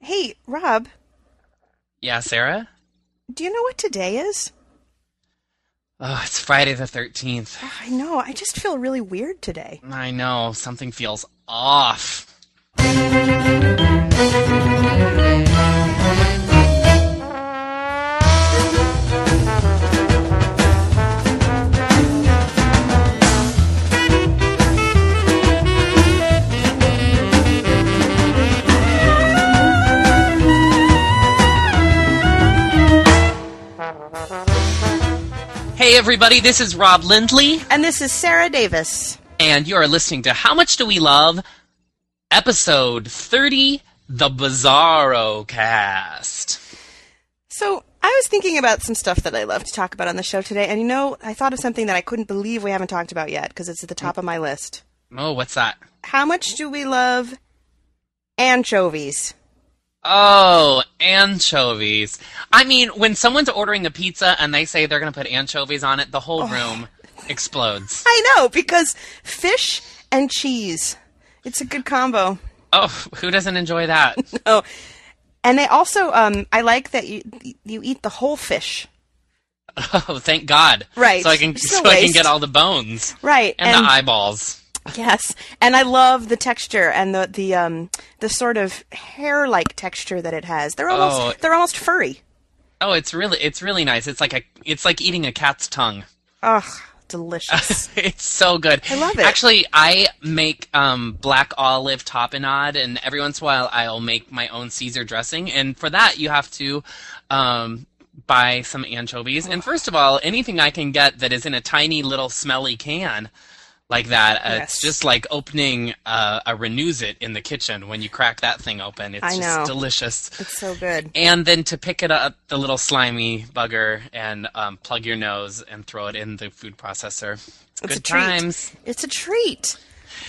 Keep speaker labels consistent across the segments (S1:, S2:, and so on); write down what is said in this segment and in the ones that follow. S1: Hey, Rob,
S2: Yeah, Sarah?
S1: do you know what today is?
S2: Oh, it's Friday the 13th.
S1: Ah, I know, I just feel really weird today.
S2: I know, something feels off. Hey, everybody, this is Rob Lindley,
S1: And this is Sarah Davis.
S2: and you are listening to How Much Do We Love? Episode 30 The Bizarro Cast.
S1: So, I was thinking about some stuff that I love to talk about on the show today, and you know, I thought of something that I couldn't believe we haven't talked about yet because it's at the top of my list.
S2: Oh, what's that?
S1: How much do we love anchovies?
S2: Oh, anchovies. I mean, when someone's ordering a pizza and they say they're going to put anchovies on it, the
S1: Oh.
S2: whole room explodes.
S1: I know, because fish and cheese. It's a good combo.
S2: Oh, who doesn't enjoy that?
S1: Oh, and they also, um, I like that you you eat the whole fish.
S2: Oh, thank God.
S1: Right.
S2: So I can
S1: There's
S2: so
S1: no
S2: I can
S1: waste.
S2: get all the bones.
S1: Right.
S2: And, the eyeballs.
S1: Yes, and I love the texture and the the um the sort of hair-like texture that it has. They're almost
S2: Oh.
S1: they're almost furry.
S2: Oh, it's really it's really nice. It's like a it's like eating a cat's tongue.
S1: Ugh, delicious.
S2: It's so good. I
S1: love it.
S2: Actually, I make um, black olive tapenade, and every once in a while, I'll make my own Caesar dressing. And for that, you have to um, buy some anchovies. And first of all, anything I can get that is in a tiny little smelly can like that, uh,
S1: Yes.
S2: it's just like opening uh, a renews it in the kitchen when you crack that thing open. It's
S1: I know.
S2: just delicious.
S1: it's so good.
S2: And then to pick it up, the little slimy bugger, and um, plug your nose and throw it in the food processor. It's
S1: It's
S2: good
S1: a treat. Oh.
S2: times.
S1: It's a treat.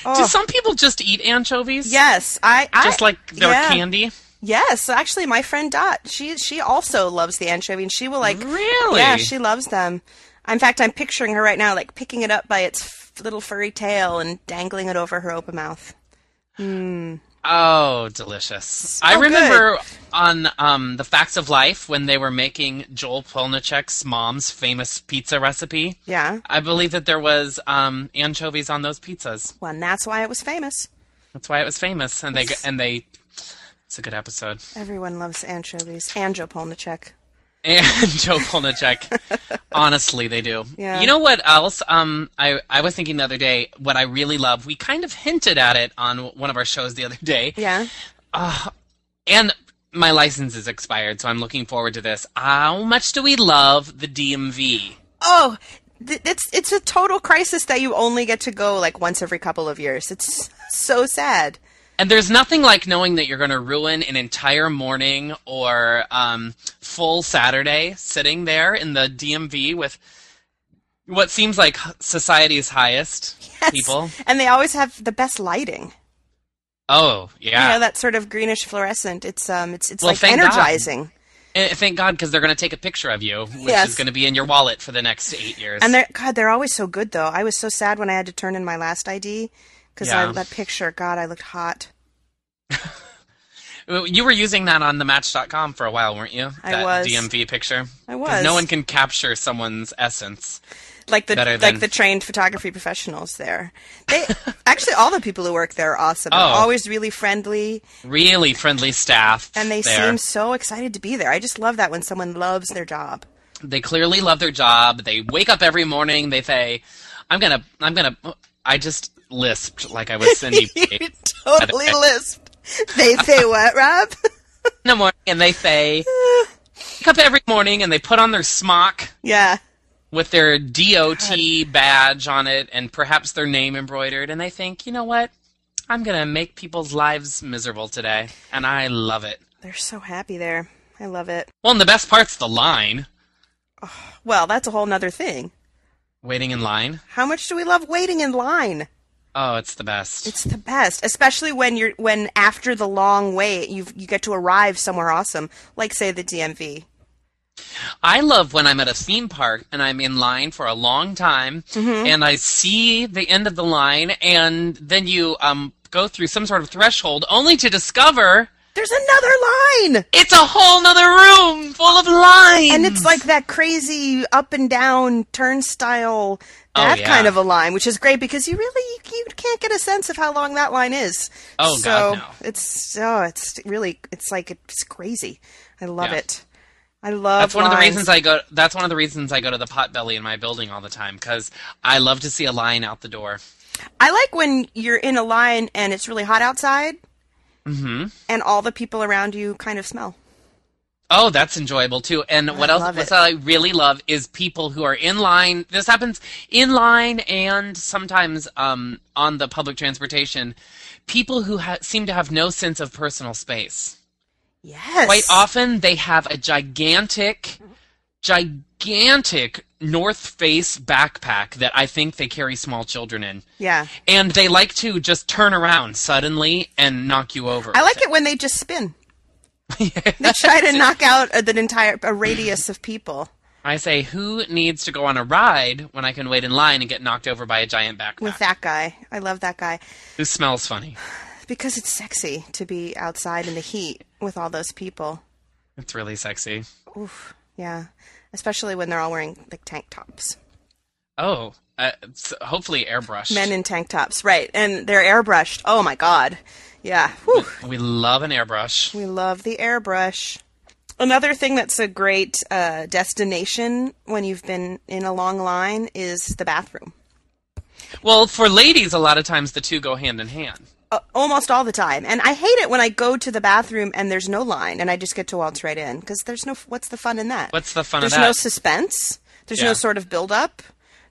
S2: Do some people just eat anchovies?
S1: Yes, I, I
S2: Just like they're
S1: yeah.
S2: candy?
S1: Yes, actually, my friend Dot, she she also loves the anchovy, and she will like
S2: Really?
S1: Yeah, she loves them. In fact, I'm picturing her right now, like picking it up by its f- little furry tail and dangling it over her open mouth.
S2: Oh, delicious. I
S1: good.
S2: remember on um, The Facts of Life when they were making Joel Polnicek's mom's famous pizza recipe.
S1: Yeah,
S2: I believe that there was um, anchovies on those pizzas.
S1: well, and that's why it was famous.
S2: That's why it was famous. And they and they. It's a good episode.
S1: Everyone loves anchovies. Anjo Polnicek.
S2: and Joe Polnicek. Honestly, they do.
S1: Yeah.
S2: You know what else? Um, I I was thinking the other day what I really love. We kind of hinted at it on one of our shows the other day,
S1: Yeah.
S2: and my license is expired, so I'm looking forward to this. How much do we love the DMV?
S1: Oh, th- it's it's a total crisis that you only get to go like once every couple of years. It's so sad.
S2: And there's nothing like knowing that you're going to ruin an entire morning or um, full Saturday sitting there in the DMV with what seems like society's highest people.
S1: And they always have the best lighting.
S2: Oh, yeah.
S1: You know that sort of greenish fluorescent. It's um it's it's
S2: Well,
S1: like
S2: thank God.
S1: energizing.
S2: And Eh, thank God, because they're going to take a picture of you, which
S1: Yes.
S2: is going to be in your wallet for the next eight years.
S1: And they're God, they're always so good though. I was so sad when I had to turn in my last ID because
S2: Yeah.
S1: that picture. God, I looked hot.
S2: you were using that on the Match.com for a while, weren't you?
S1: I
S2: that
S1: was.
S2: DMV picture.
S1: I
S2: 'Cause
S1: was.
S2: No one can capture someone's essence.
S1: Like the
S2: Better
S1: like
S2: than-
S1: the trained photography professionals there. They actually all the people who work there are awesome. They're
S2: Oh.
S1: always really friendly.
S2: Really friendly staff.
S1: And they
S2: there.
S1: seem so excited to be there. I just love that when someone loves their job.
S2: They clearly love their job. They wake up every morning. They say, "I'm gonna, I'm gonna." I just lisped like I was Cindy.
S1: You totally lisped. They say what, Rob?
S2: in the morning, and they say,
S1: Uh.
S2: wake up every morning, and they put on their smock.
S1: yeah.
S2: with their DOT badge on it and perhaps their name embroidered, and they think, you know what? I'm going to make people's lives miserable today, and I love it.
S1: They're so happy there. I love it.
S2: Well, and the best part's the line.
S1: Well, that's a whole nother thing.
S2: Waiting in line.
S1: How much do we love waiting in line?
S2: Oh, it's the best.
S1: It's the best, especially when you're when after the long wait, you you get to arrive somewhere awesome, like say the DMV.
S2: I love when I'm at a theme park and I'm in line for a long time
S1: Mm-hmm.
S2: and I see the end of the line and then you um go through some sort of threshold only to discover
S1: There's another line.
S2: It's a whole nother room full of lines.
S1: And it's like that crazy up and down turnstile, that
S2: Oh, yeah.
S1: kind of a line, which is great because you really you, you can't get a sense of how long that line is.
S2: Oh,
S1: so
S2: God, no.
S1: It's oh, it's really it's like it's crazy. I love
S2: Yeah.
S1: it. I love.
S2: That's one of the
S1: lines.
S2: reasons I go. That's one of the reasons I go to the Potbelly in my building all the time because I love to see a line out the door.
S1: I like when you're in a line and it's really hot outside,
S2: hmm
S1: and all the people around you kind of smell.
S2: Oh, that's enjoyable too. And what else?
S1: love
S2: What
S1: it.
S2: I really love is people who are in line. This happens in line and sometimes um, on the public transportation. People who ha- seem to have no sense of personal space.
S1: Yes.
S2: Quite often, they have a gigantic, gigantic North Face backpack that I think they carry small children in.
S1: Yeah.
S2: And they like to just turn around suddenly and knock you over.
S1: I like it when they just spin. They try to knock out uh, the entire a radius of people
S2: I say, who needs to go on a ride when I can wait in line and get knocked over by a giant backpack
S1: with that guy. I love that guy
S2: who smells funny?
S1: because it's sexy to be outside in the heat with all those people.
S2: It's really sexy.
S1: Oof. Yeah. Especially when they're all wearing like tank tops.
S2: Oh, uh, it's hopefully airbrushed.
S1: Men in tank tops, right? And they're airbrushed. Oh my god. Yeah. Whew.
S2: we love an airbrush.
S1: We love the airbrush. Another thing that's a great uh, destination when you've been in a long line is the bathroom.
S2: Well, for ladies, a lot of times the two go hand in hand.
S1: Uh, almost all the time. And I hate it when I go to the bathroom and there's no line and I just get to waltz right in because there's no, what's the fun in that?
S2: What's the fun
S1: there's
S2: of that?
S1: no suspense. There's
S2: Yeah.
S1: no sort of build up.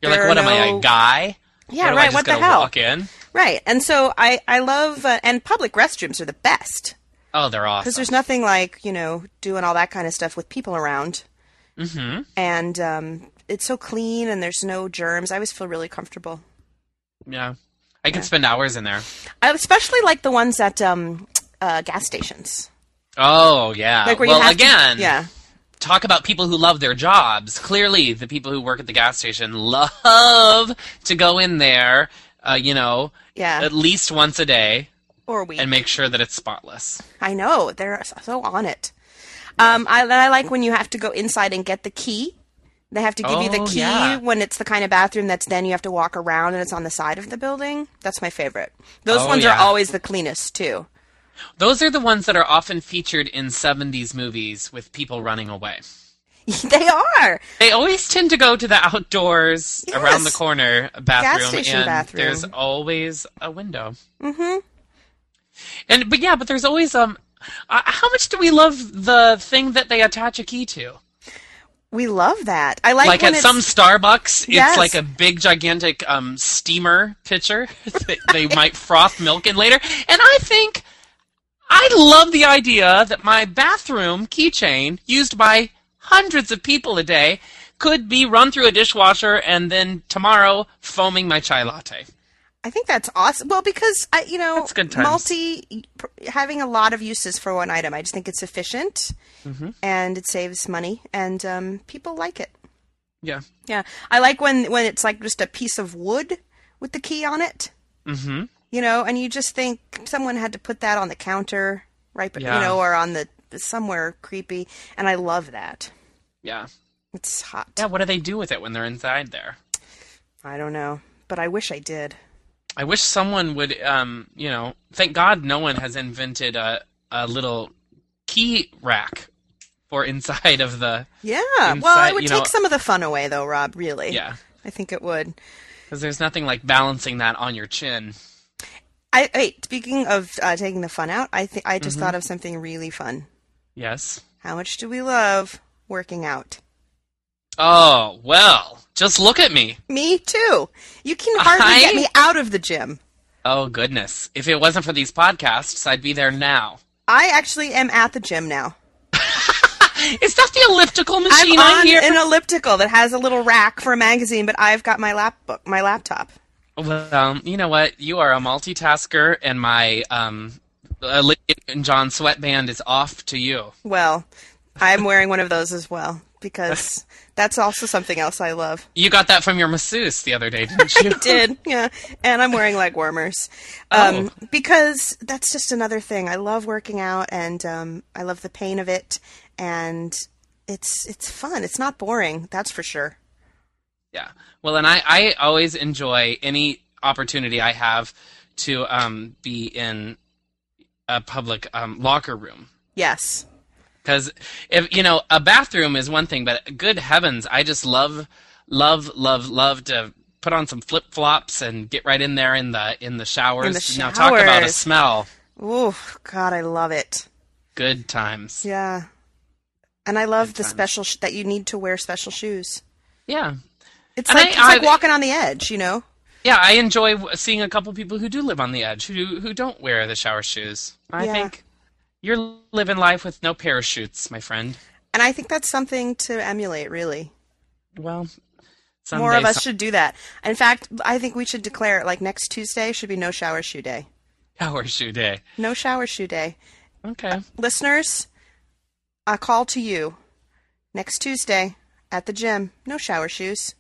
S2: You're like, what am I, a guy?
S1: Yeah,
S2: What am I
S1: right,
S2: just
S1: what the
S2: gonna
S1: hell?
S2: Walk in?
S1: Right. And so I, I love, uh, and public restrooms are the best
S2: Oh, they're
S1: because
S2: awesome.
S1: there's nothing like, you know, doing all that kind of stuff with people around.
S2: Mm-hmm.
S1: and um, it's so clean and there's no germs. I always feel really comfortable.
S2: Yeah, I could spend hours in there.
S1: I especially like the ones at um, uh, gas stations.
S2: Oh, yeah.
S1: Like where
S2: well,
S1: you have to-
S2: again,
S1: yeah.
S2: talk about people who love their jobs. Clearly, the people who work at the gas station love to go in there, uh, you know,
S1: Yeah.
S2: at least once a day
S1: Or we.
S2: and make sure that it's spotless.
S1: I know. They're so on it. Um, I, I like when you have to go inside and get the key. They have to give you the
S2: Oh,
S1: key
S2: yeah.
S1: when it's the kind of bathroom that's then you have to walk around and it's on the side of the building. That's my favorite. Those
S2: Oh,
S1: ones are
S2: yeah.
S1: always the cleanest, too.
S2: Those are the ones that are often featured in 70s movies with people running away.
S1: they are.
S2: They always tend to go to the outdoors
S1: Yes.
S2: around the corner bathroom
S1: station
S2: and
S1: bathroom.
S2: there's always a window. Mm-hmm. And but yeah, but there's always um uh, how much do we love the thing that they attach a key to?
S1: We love that. I like,
S2: like
S1: when
S2: at
S1: it's-
S2: some Starbucks,
S1: Yes.
S2: it's like a big gigantic um, steamer pitcher that they might froth milk in later. And I think I love the idea that my bathroom keychain, used by hundreds of people a day, could be run through a dishwasher and then tomorrow foaming my chai latte.
S1: I think that's awesome. Well, because I, you know,
S2: That's good times.
S1: multi having a lot of uses for one item. I just think it's efficient
S2: Mm-hmm.
S1: and it saves money, and um, people like it.
S2: Yeah.
S1: Yeah, I like when when it's like just a piece of wood with the key on it.
S2: Mm-hmm.
S1: You know, and you just think someone had to put that on the counter, right? But
S2: Yeah.
S1: you know, or on the somewhere creepy, and I love that.
S2: Yeah.
S1: It's hot.
S2: Yeah. What do they do with it when they're inside there?
S1: I don't know, but I wish I did.
S2: I wish someone would, um, you know, thank God no one has invented a, a little key rack for inside of the,
S1: Yeah. well,
S2: Inside-
S1: it would
S2: you
S1: take
S2: know-
S1: some of the fun away, though, Rob. Really.
S2: yeah,
S1: I think it would.
S2: because there's nothing like balancing that on your chin.
S1: I wait. Speaking of uh, taking the fun out, I think I just
S2: Mm-hmm.
S1: thought of something really fun.
S2: Yes.
S1: How much do we love working out?
S2: Oh, well, just look at me.
S1: Me too. You can hardly
S2: I-
S1: get me out of the gym.
S2: Oh, goodness. If it wasn't for these podcasts, I'd be there now.
S1: I actually am at the gym now.
S2: Is that the elliptical
S1: I'm
S2: machine
S1: on
S2: on here?
S1: an elliptical that has a little rack for a magazine, but I've got my lap book, my laptop.
S2: Well, um, you know what? You are a multitasker, and my um, uh, Lydia and John sweatband is off to you.
S1: Well, I'm wearing one of those as well because that's also something else I love.
S2: You got that from your masseuse the other day, didn't you?
S1: I did, yeah. And I'm wearing leg warmers
S2: Oh.
S1: um, because that's just another thing. I love working out, and um, I love the pain of it, and it's it's fun. It's not boring, that's for sure.
S2: Yeah. Well, and I, I always enjoy any opportunity I have to um, be in a public um, locker room.
S1: Yes,
S2: Because if you know, a bathroom is one thing, but good heavens, I just love, love, love, love to put on some flip flops and get right in there in the in the showers. Now talk about a
S1: showers.
S2: smell.
S1: Ooh, God, I love it.
S2: Good times.
S1: Yeah, and I love the
S2: times.
S1: special sh- that you need to wear special shoes.
S2: Yeah.
S1: It's
S2: And
S1: like
S2: I-
S1: it's like
S2: I-
S1: walking on the edge, you know.
S2: Yeah, I enjoy w- seeing a couple people who do live on the edge, who who don't wear the shower shoes. I
S1: Yeah.
S2: think you're living life with no parachutes, my friend.
S1: And I think that's something to emulate, really.
S2: Well, someday,
S1: More of us
S2: some-
S1: should do that. In fact, I think we should declare like next Tuesday should be no shower shoe day.
S2: shower shoe day.
S1: No shower shoe day.
S2: Okay.
S1: Listeners, a call to you. Next Tuesday at the gym, no shower shoes.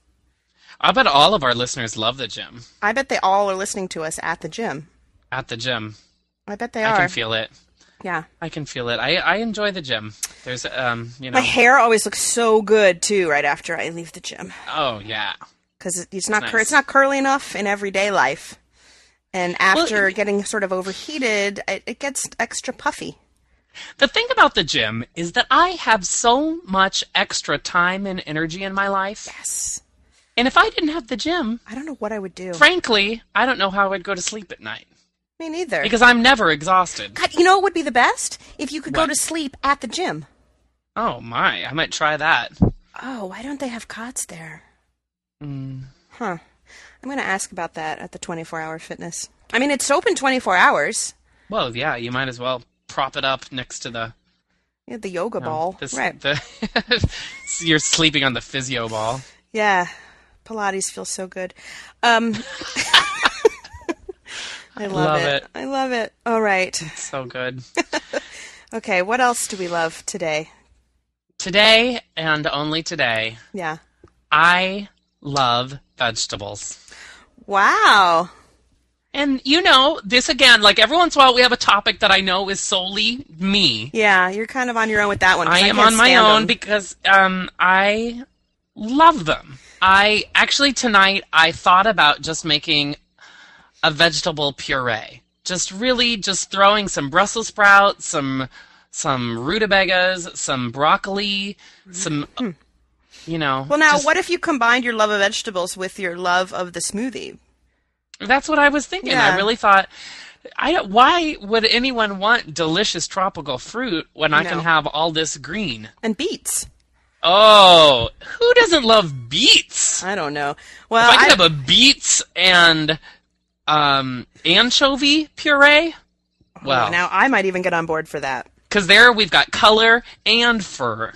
S2: I bet all of our listeners love the gym.
S1: I bet they all are listening to us at the gym.
S2: At the gym,
S1: I bet they
S2: I
S1: are.
S2: can feel it.
S1: yeah.
S2: I can feel it. I, I enjoy the gym. There's um, you know,
S1: My hair always looks so good too right after I leave the gym
S2: oh yeah.
S1: cuz it's not cur-
S2: nice.
S1: it's not curly enough in everyday life. And after
S2: it-
S1: getting sort of overheated, it, it gets extra puffy.
S2: The thing about the gym is that I have so much extra time and energy in my life.
S1: Yes.
S2: And if I didn't have the gym,
S1: I don't know what I would do.
S2: frankly, I don't know how I'd go to sleep at night
S1: Me neither.
S2: because I'm never exhausted.
S1: God, you know what would be the best? If you could go
S2: What?
S1: to sleep at the gym.
S2: Oh my, I might try that.
S1: Oh, why don't they have cots there?
S2: Mm.
S1: Huh. I'm going to ask about that at the 24 hour fitness. I mean, it's open 24 hours.
S2: Well, yeah, you might as well prop it up next to the
S1: You know, the yoga
S2: you know,
S1: ball.
S2: the s-
S1: right.
S2: the- you're sleeping on the physio ball.
S1: Yeah. Pilates feels so good. Um, I love,
S2: Love
S1: it.
S2: it.
S1: I love it. All right.
S2: It's so good.
S1: Okay. What else do we love today?
S2: Today and only today,
S1: Yeah.
S2: I love vegetables.
S1: Wow.
S2: And you know, this again, like every once in a while, we have a topic that I know is solely me.
S1: Yeah. You're kind of on your own with that one. 'cause
S2: I am
S1: can't
S2: on my
S1: stand
S2: own
S1: 'em.
S2: because um, I love them. I actually tonight I thought about just making a vegetable puree. Just really just throwing some Brussels sprouts, some some rutabagas, some broccoli, some you know.
S1: Hmm. Well, now,
S2: just-
S1: what if you combined your love of vegetables with your love of the smoothie?
S2: that's what I was thinking.
S1: Yeah.
S2: I really thought I don't, why would anyone want delicious tropical fruit when I can
S1: No.
S2: have all this green?
S1: And beets.
S2: Oh, who doesn't love beets?
S1: I don't know.
S2: If
S1: Well,
S2: I could
S1: I,
S2: have a beets and um, anchovy puree, well,
S1: Oh, now I might even get on board for that.
S2: because there we've got color and fur.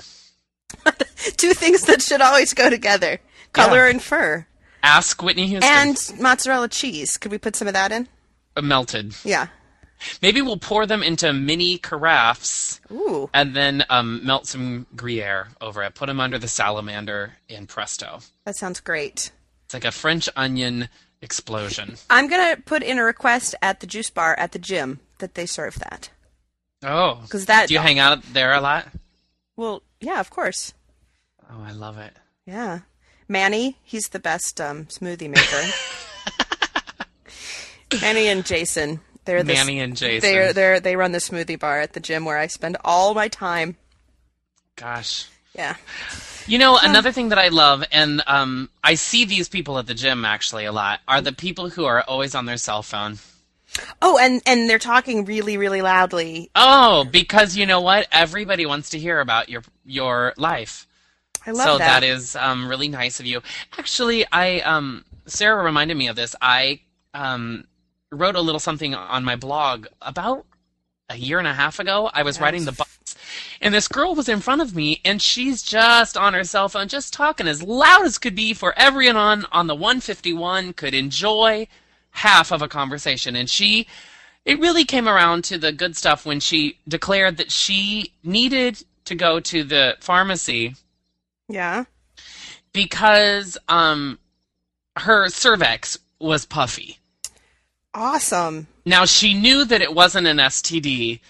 S1: Two things that should always go together color and fur.
S2: Ask Whitney Houston.
S1: And mozzarella cheese. Could we put some of that in?
S2: Uh, melted.
S1: Yeah.
S2: Maybe we'll pour them into mini carafes
S1: Ooh.
S2: and then um, melt some Gruyere over it. Put them under the salamander in presto.
S1: That sounds great.
S2: It's like a French onion explosion.
S1: I'm going to put in a request at the juice bar at the gym that they serve that.
S2: Oh,
S1: 'Cause that-
S2: do you hang out there a lot?
S1: Well, yeah, of course.
S2: Oh, I love it.
S1: Yeah. Manny, he's the best um, smoothie maker. Manny and Jason. They're the,
S2: Manny and Jason.
S1: They're, they're, they run the smoothie bar at the gym where I spend all my time.
S2: Gosh.
S1: Yeah.
S2: You know, another thing that I love, and um, I see these people at the gym actually a lot, are the people who are always on their cell phone.
S1: Oh, and, and they're talking really, really loudly.
S2: Oh, because you know what? Everybody wants to hear about your your life.
S1: I love
S2: so
S1: that.
S2: that is um, really nice of you. Actually, I um, Sarah reminded me of this. I um, wrote a little something on my blog about a year and a half ago. I was riding the bus, and this girl was in front of me, and she's just on her cell phone, just talking as loud as could be for everyone on on the 151 could enjoy half of a conversation, and she. It really came around to the good stuff when she declared that she needed to go to the pharmacy
S1: Yeah.
S2: because um her cervix was puffy.
S1: Awesome.
S2: Now she knew that it wasn't an STD,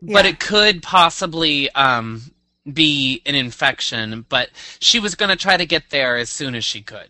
S2: but
S1: Yeah.
S2: it could possibly um be an infection, but she was going to try to get there as soon as she could.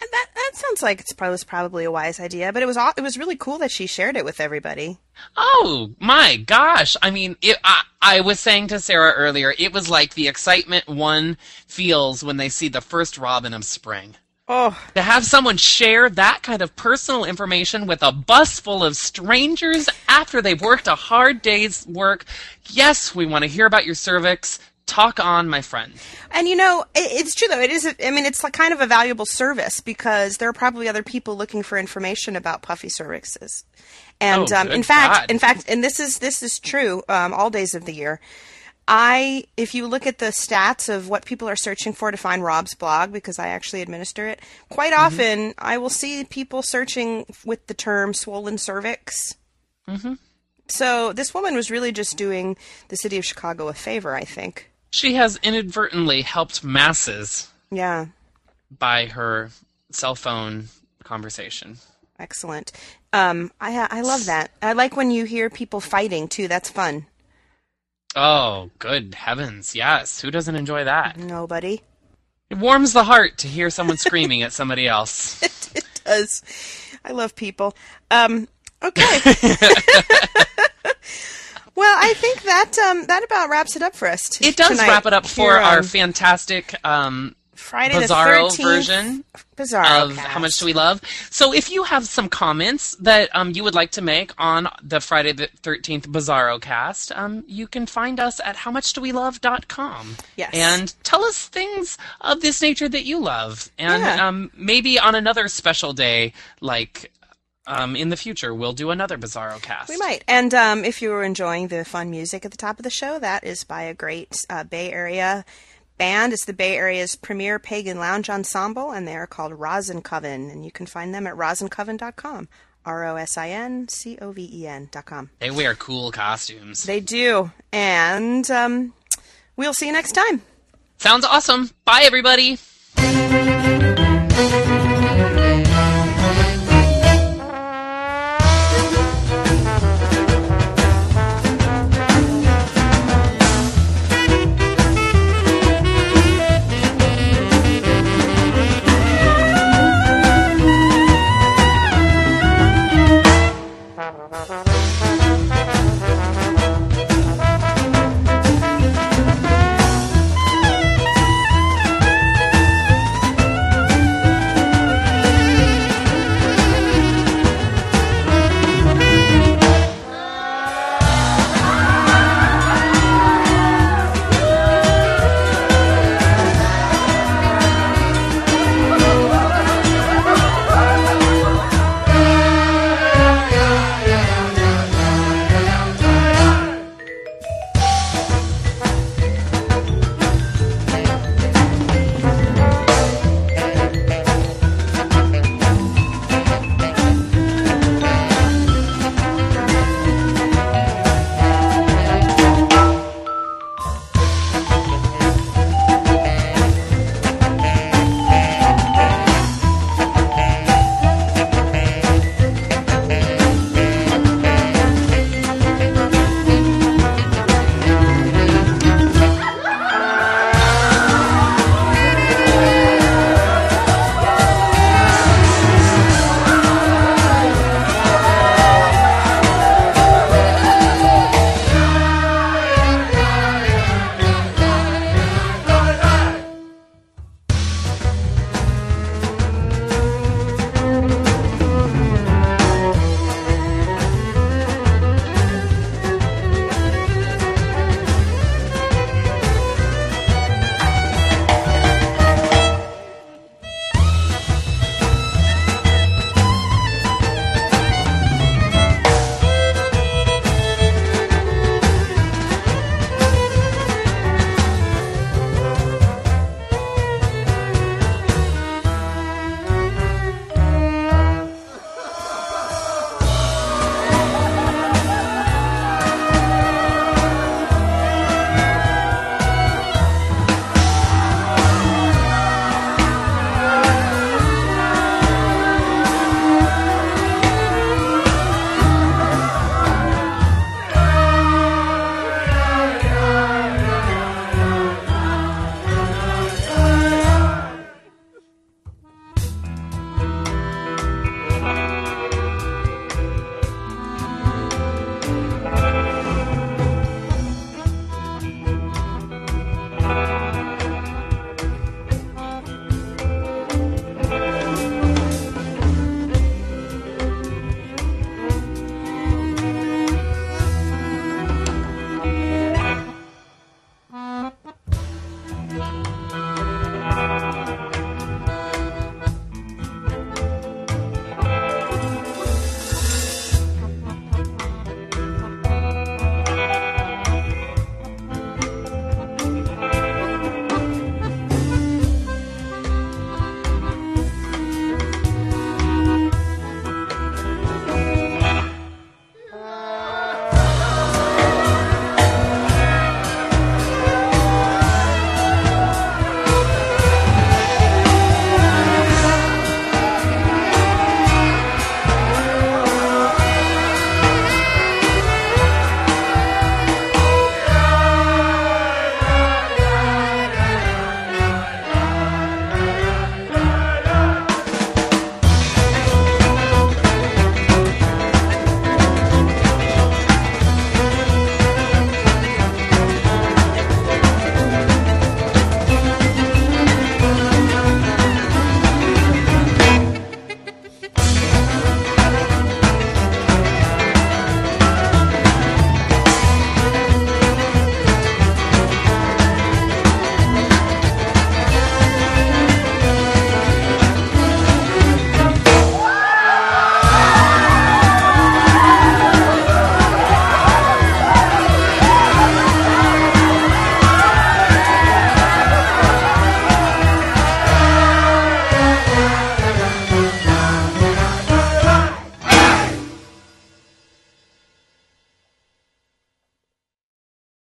S1: And that that sounds like it's probably was probably a wise idea, but it was aw- it was really cool that she shared it with everybody.
S2: Oh my gosh! I mean, it, I I was saying to Sarah earlier, it was like the excitement one feels when they see the first robin of spring.
S1: Oh,
S2: To have someone share that kind of personal information with a bus full of strangers after they've worked a hard day's work. Yes, we want to hear about your cervix. Talk on, my friend.
S1: and you know, it, it's true though. It is. A, I mean, it's like kind of a valuable service because there are probably other people looking for information about puffy cervixes. And
S2: Oh,
S1: um,
S2: good
S1: in fact,
S2: God.
S1: in fact, and this is this is true um, all days of the year. I, if you look at the stats of what people are searching for to find Rob's blog, because I actually administer it, quite
S2: Mm-hmm.
S1: often I will see people searching with the term swollen cervix.
S2: Mm-hmm.
S1: So this woman was really just doing the city of Chicago a favor, I think.
S2: She has inadvertently helped masses
S1: Yeah,
S2: by her cell phone conversation.
S1: excellent. Um, I I love that. I like when you hear people fighting too. That's fun.
S2: Oh, good heavens, yes. Who doesn't enjoy that?
S1: Nobody
S2: It warms the heart to hear someone screaming at somebody else.
S1: does. I love people. Um, okay. well, I think that um, that about wraps it up for us. t-
S2: It does
S1: tonight
S2: wrap it up for
S1: here on
S2: our fantastic um,
S1: Friday the
S2: bizarro
S1: 13th
S2: version
S1: Bizarro
S2: of
S1: cast.
S2: How Much Do We Love. So if you have some comments that um, you would like to make on the Friday the 13th Bizarro cast, um, you can find us at howmuchdowelove.com.
S1: Yes.
S2: And tell us things of this nature that you love. And
S1: Yeah.
S2: um, maybe on another special day, like um, in the future, we'll do another Bizarro cast.
S1: We might. And um, if you were enjoying the fun music at the top of the show, that is by a great uh, Bay Area band. It's the Bay Area's premier pagan lounge ensemble, and they are called Rosin Coven. And you can find them at rosincoven.com. R O S I N C O V E N dot com.
S2: They wear cool costumes.
S1: They do. And um, we'll see you next time.
S2: Sounds awesome. Bye, everybody.